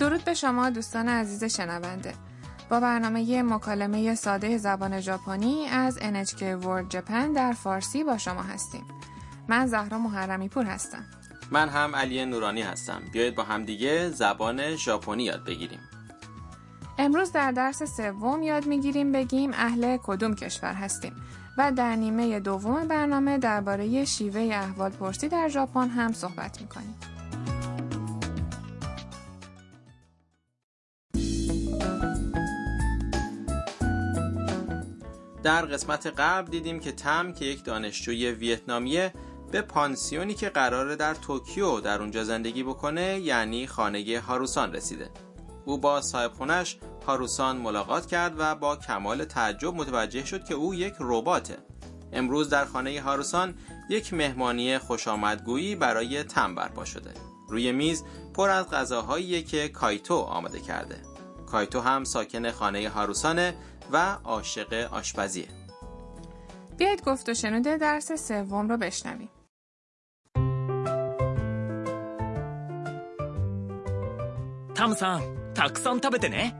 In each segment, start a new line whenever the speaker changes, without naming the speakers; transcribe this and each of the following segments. اختیار شما دوستان عزیز شنونده با برنامه مکالمه ساده زبان ژاپنی از NHK World Japan در فارسی با شما هستیم من زهرا محرمی پور هستم
من هم علی نورانی هستم بیایید با همدیگه زبان ژاپنی یاد بگیریم
امروز در درس سوم یاد میگیریم بگیم اهل کدوم کشور هستیم و در نیمه دوم برنامه درباره شیوه احوال پرسی در ژاپن هم صحبت میکنیم
در قسمت قبل دیدیم که تم که یک دانشجوی ویتنامیه به پانسیونی که قراره در توکیو در اونجا زندگی بکنه یعنی خانه هاروسان رسیده او با صاحب خونش هاروسان ملاقات کرد و با کمال تعجب متوجه شد که او یک رباته امروز در خانه هاروسان یک مهمانی خوش آمدگویی برای تم برپا شده روی میز پر از غذاهایی که کایتو آماده کرده کایتو هم ساکن خانه هاروسانه و عاشق آشپزیه
بیایید گفت و شنود درس سوم رو بشنویم
タムさんたくさん食べてね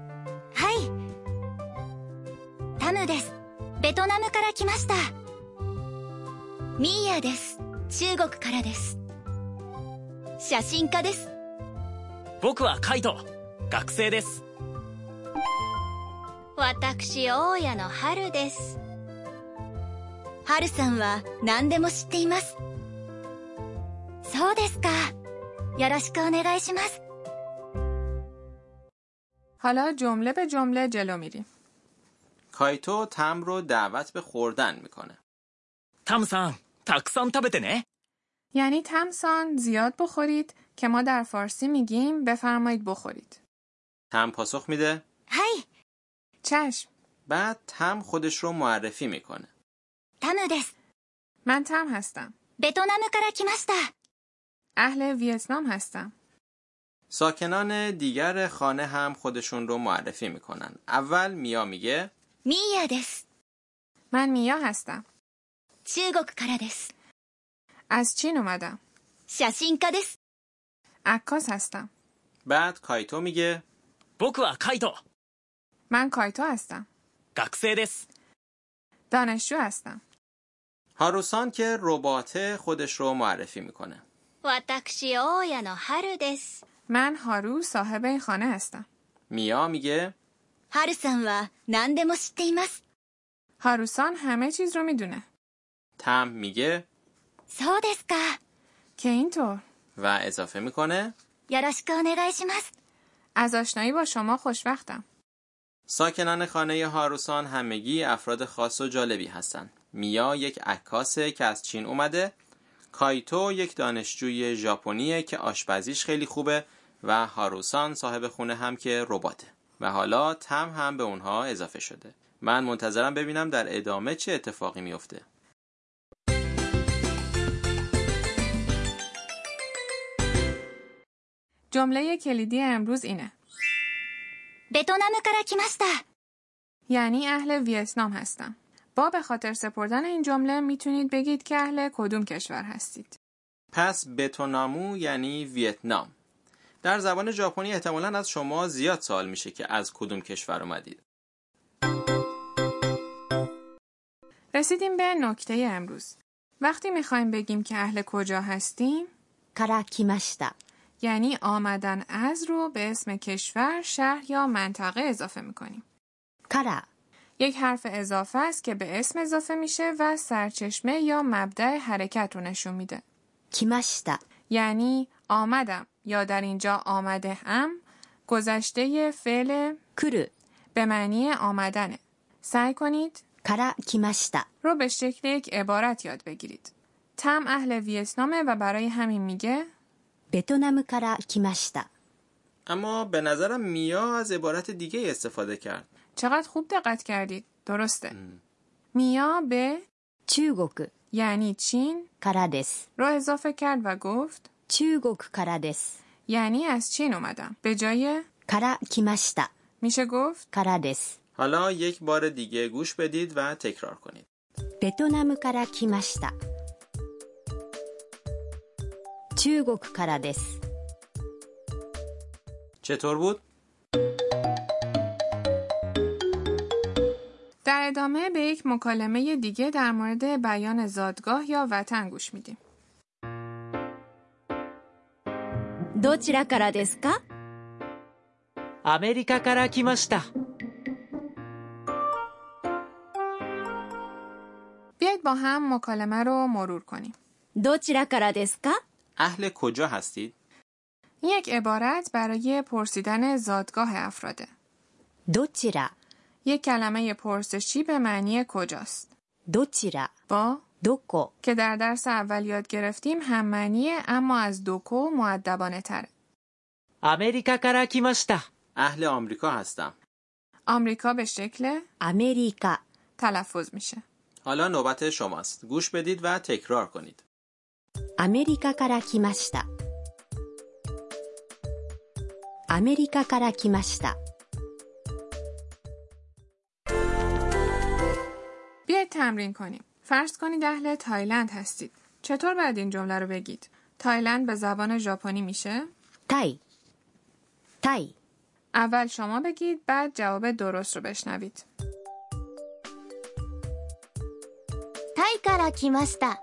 はいタムですベトナムから来ましたミーヤです中国からです写真家です
僕はカイト学生です
私大家の春です春さんは何でも知っていますそうですかよろしくお願いします
حالا جمله به جمله جلو میریم
کایتو تم رو دعوت به خوردن میکنه
タムさんたくさん食べてね
یعنی تمسان زیاد بخورید که ما در فارسی میگیم بفرمایید بخورید
تم پاسخ میده
はい
چشم
بعد تم خودش رو معرفی میکنه
タムです
من تم هستم
ベトナムから来ました
اهل ویتنام هستم
ساکنان دیگر خانه هم خودشون رو معرفی میکنن اول میا میگه
ミーヤです
من میا هستم
中国からです
از چین اومدم
写真家です
عکاس هستم
بعد کایتو میگه
僕はカイト
من کایتو هستم
学生です
دانشجو هستم
هاروسان که رباته خودش رو معرفی میکنه
私大家の春です。
من هارو صاحب این خانه هستم
میا میگه
春さんは何でも知っています。
هاروسان همه چیز رو میدونه
تم میگه
そうですか。
که اینطور
و اضافه میکنه
よろしくお願いします。
از آشنایی با شما خوشوقتم
ساکنان خانه هاروسان همگی افراد خاص و جالبی هستند. میا یک عکاسه که از چین اومده، کایتو یک دانشجوی ژاپنیه که آشپزیش خیلی خوبه و هاروسان صاحب خونه هم که رباته. و حالا تم هم به اونها اضافه شده. من منتظرم ببینم در ادامه چه اتفاقی میفته.
جمله کلیدی امروز اینه
ベトナムから来ました。
یعنی اهل ویتنام هستم با به خاطر سپردن این جمله میتونید بگید که اهل کدوم کشور هستید
پس بتونامو یعنی ویتنام. در زبان ژاپنی احتمالا از شما زیاد سوال میشه که از کدوم کشور اومدید.
رسیدیم به نکته امروز وقتی میخوایم بگیم که اهل کجا هستیم
から来ました。
یعنی آمدن از رو به اسم کشور، شهر یا منطقه اضافه میکنیم.
から。
یک حرف اضافه است که به اسم اضافه میشه و سرچشمه یا مبدع حرکت رو نشون میده.
来ました。
یعنی آمدم یا در اینجا آمده هم گذشته فعل
来る。
به معنی آمدنه. سعی کنید
から来ました。
رو به شکل یک عبارت یاد بگیرید. تم اهل ویتنامه و برای همین میگه
ベトナムから来ました。
اما به نظرم میا از عبارت دیگه استفاده کرد.
چقدر خوب دقت کردید. درسته. میا به
中国
یعنی چین
からです。
رو اضافه کرد و گفت
中国からです。
یعنی از چین اومدم به جای
から来ました。
میشه گفت
からです。
حالا یک بار دیگه گوش بدید و تکرار کنید.
ベトナムから来ました中国からです
چطور بود؟
در ادامه به یک مکالمه دیگه در مورد بیان زادگاه یا وطن گوش میدیم.
どちらからですか
アメリカから来ました。
بیایید با هم مکالمه رو مرور کنیم.
どちらからですか
اهل کجا هستید؟
این یک عبارت برای پرسیدن زادگاه افراده.
どちら、
یک کلمه پرسشی به معنی کجاست.
どちら、
با
どこ、
که در درس اول یاد گرفتیم هم معنیه اما از دوکو معدبانه تره.
アメリカから来ました。
اهل آمریکا هستم.
آمریکا به شکل
アメリカ、
تلفظ میشه.
حالا نوبت شماست. گوش بدید و تکرار کنید.
アメリカから来ました。アメリカから来ました。
بیایید تمرین کنیم. فرض کنید اهل تایلند هستید. چطور باید این جمله رو بگید؟ تایلند به زبان ژاپنی میشه؟
タイ、タイ、
اول شما بگید بعد جواب درست رو بشنوید.
タイから来ました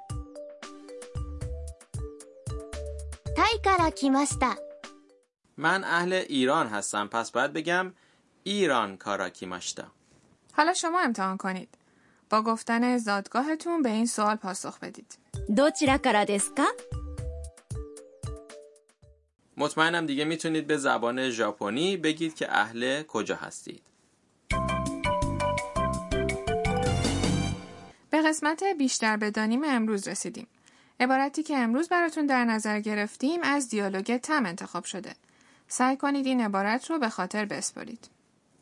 タイから来ました
من اهل ایران هستم پس باید بگم ایران کاراکیماشتا.
حالا شما امتحان کنید. با گفتن زادگاهتون به این سوال پاسخ بدید.
どちらからですか
مطمئنم دیگه میتونید به زبان ژاپنی بگید که اهل کجا هستید.
به قسمت بیشتر بدانیم امروز رسیدیم. عبارتی که امروز براتون در نظر گرفتیم از دیالوگ تم انتخاب شده. سعی کنید این عبارت رو به خاطر بسپرید.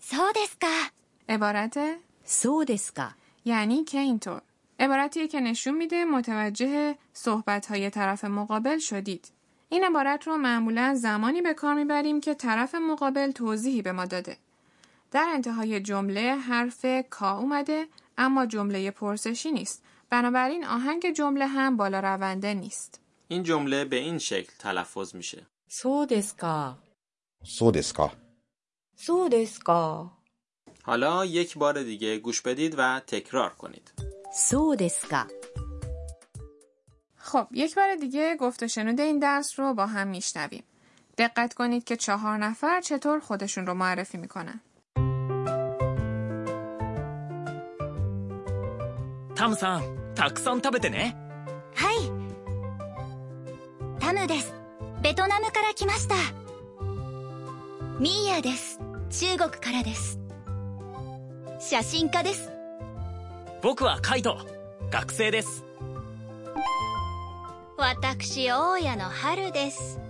そうですか
عبارت
そうですか。
یعنی که اینطور. عبارتیه که نشون میده متوجه صحبت های طرف مقابل شدید. این عبارت رو معمولا زمانی به کار میبریم که طرف مقابل توضیحی به ما داده. در انتهای جمله حرف کا اومده اما جمله پرسشی نیست. بنابراین آهنگ جمله هم بالا رونده نیست.
این جمله به این شکل تلفظ میشه.
そうですか。
そうですか。
そうですか。
حالا یک بار دیگه گوش بدید و تکرار کنید.
そうですか。
خب یک بار دیگه گفت و شنود این درس رو با هم میشنویم. دقت کنید که چهار نفر چطور خودشون رو معرفی میکنن.
タムさんたくさん食べてね
はいタムですベトナムから来ましたミーヤです中国からです写真家です
僕はカイト学生です
私大家の春です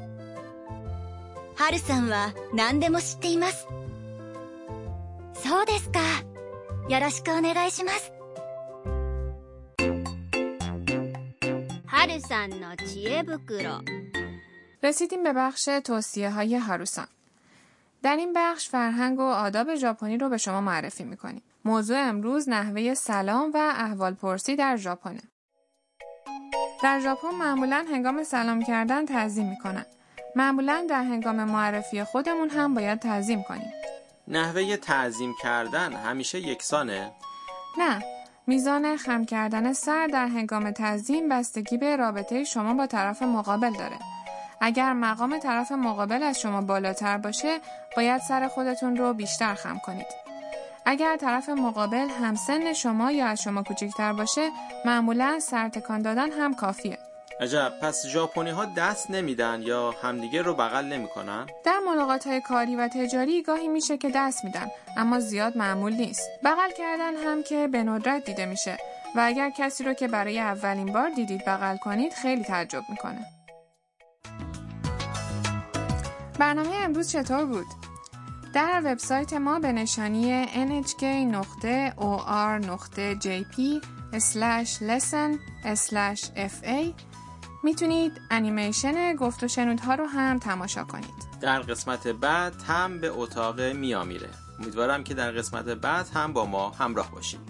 春さんは何でも知っていますそうですかよろしくお願いします春さんの知恵袋
رسیدیم به بخش توصیه های هاروسان. در این بخش فرهنگ و آداب ژاپنی رو به شما معرفی میکنیم. موضوع امروز نحوه سلام و احوالپرسی در ژاپنه. در ژاپن معمولا هنگام سلام کردن تعظیم میکنن. معمولا در هنگام معرفی خودمون هم باید تعظیم کنیم.
نحوه تعظیم کردن همیشه یکسانه
نه، میزان خم کردن سر در هنگام تعظیم بستگی به رابطه شما با طرف مقابل داره. اگر مقام طرف مقابل از شما بالاتر باشه، باید سر خودتون رو بیشتر خم کنید. اگر طرف مقابل همسن شما یا از شما کوچکتر باشه، معمولا سر تکان دادن هم کافیه.
عجب پس ژاپنی ها دست نمیدن یا همدیگه رو بغل نمیکنن
در ملاقات های کاری و تجاری گاهی میشه که دست میدن اما زیاد معمول نیست بغل کردن هم که به ندرت دیده میشه و اگر کسی رو که برای اولین بار دیدید بغل کنید خیلی تعجب میکنه برنامه امروز چطور بود در وبسایت ما به نشانی nhk.or.jp/lesson/fa میتونید انیمیشن گفت و شنودها رو هم تماشا کنید.
در قسمت بعد هم به اتاق میا میره امیدوارم که در قسمت بعد هم با ما همراه باشید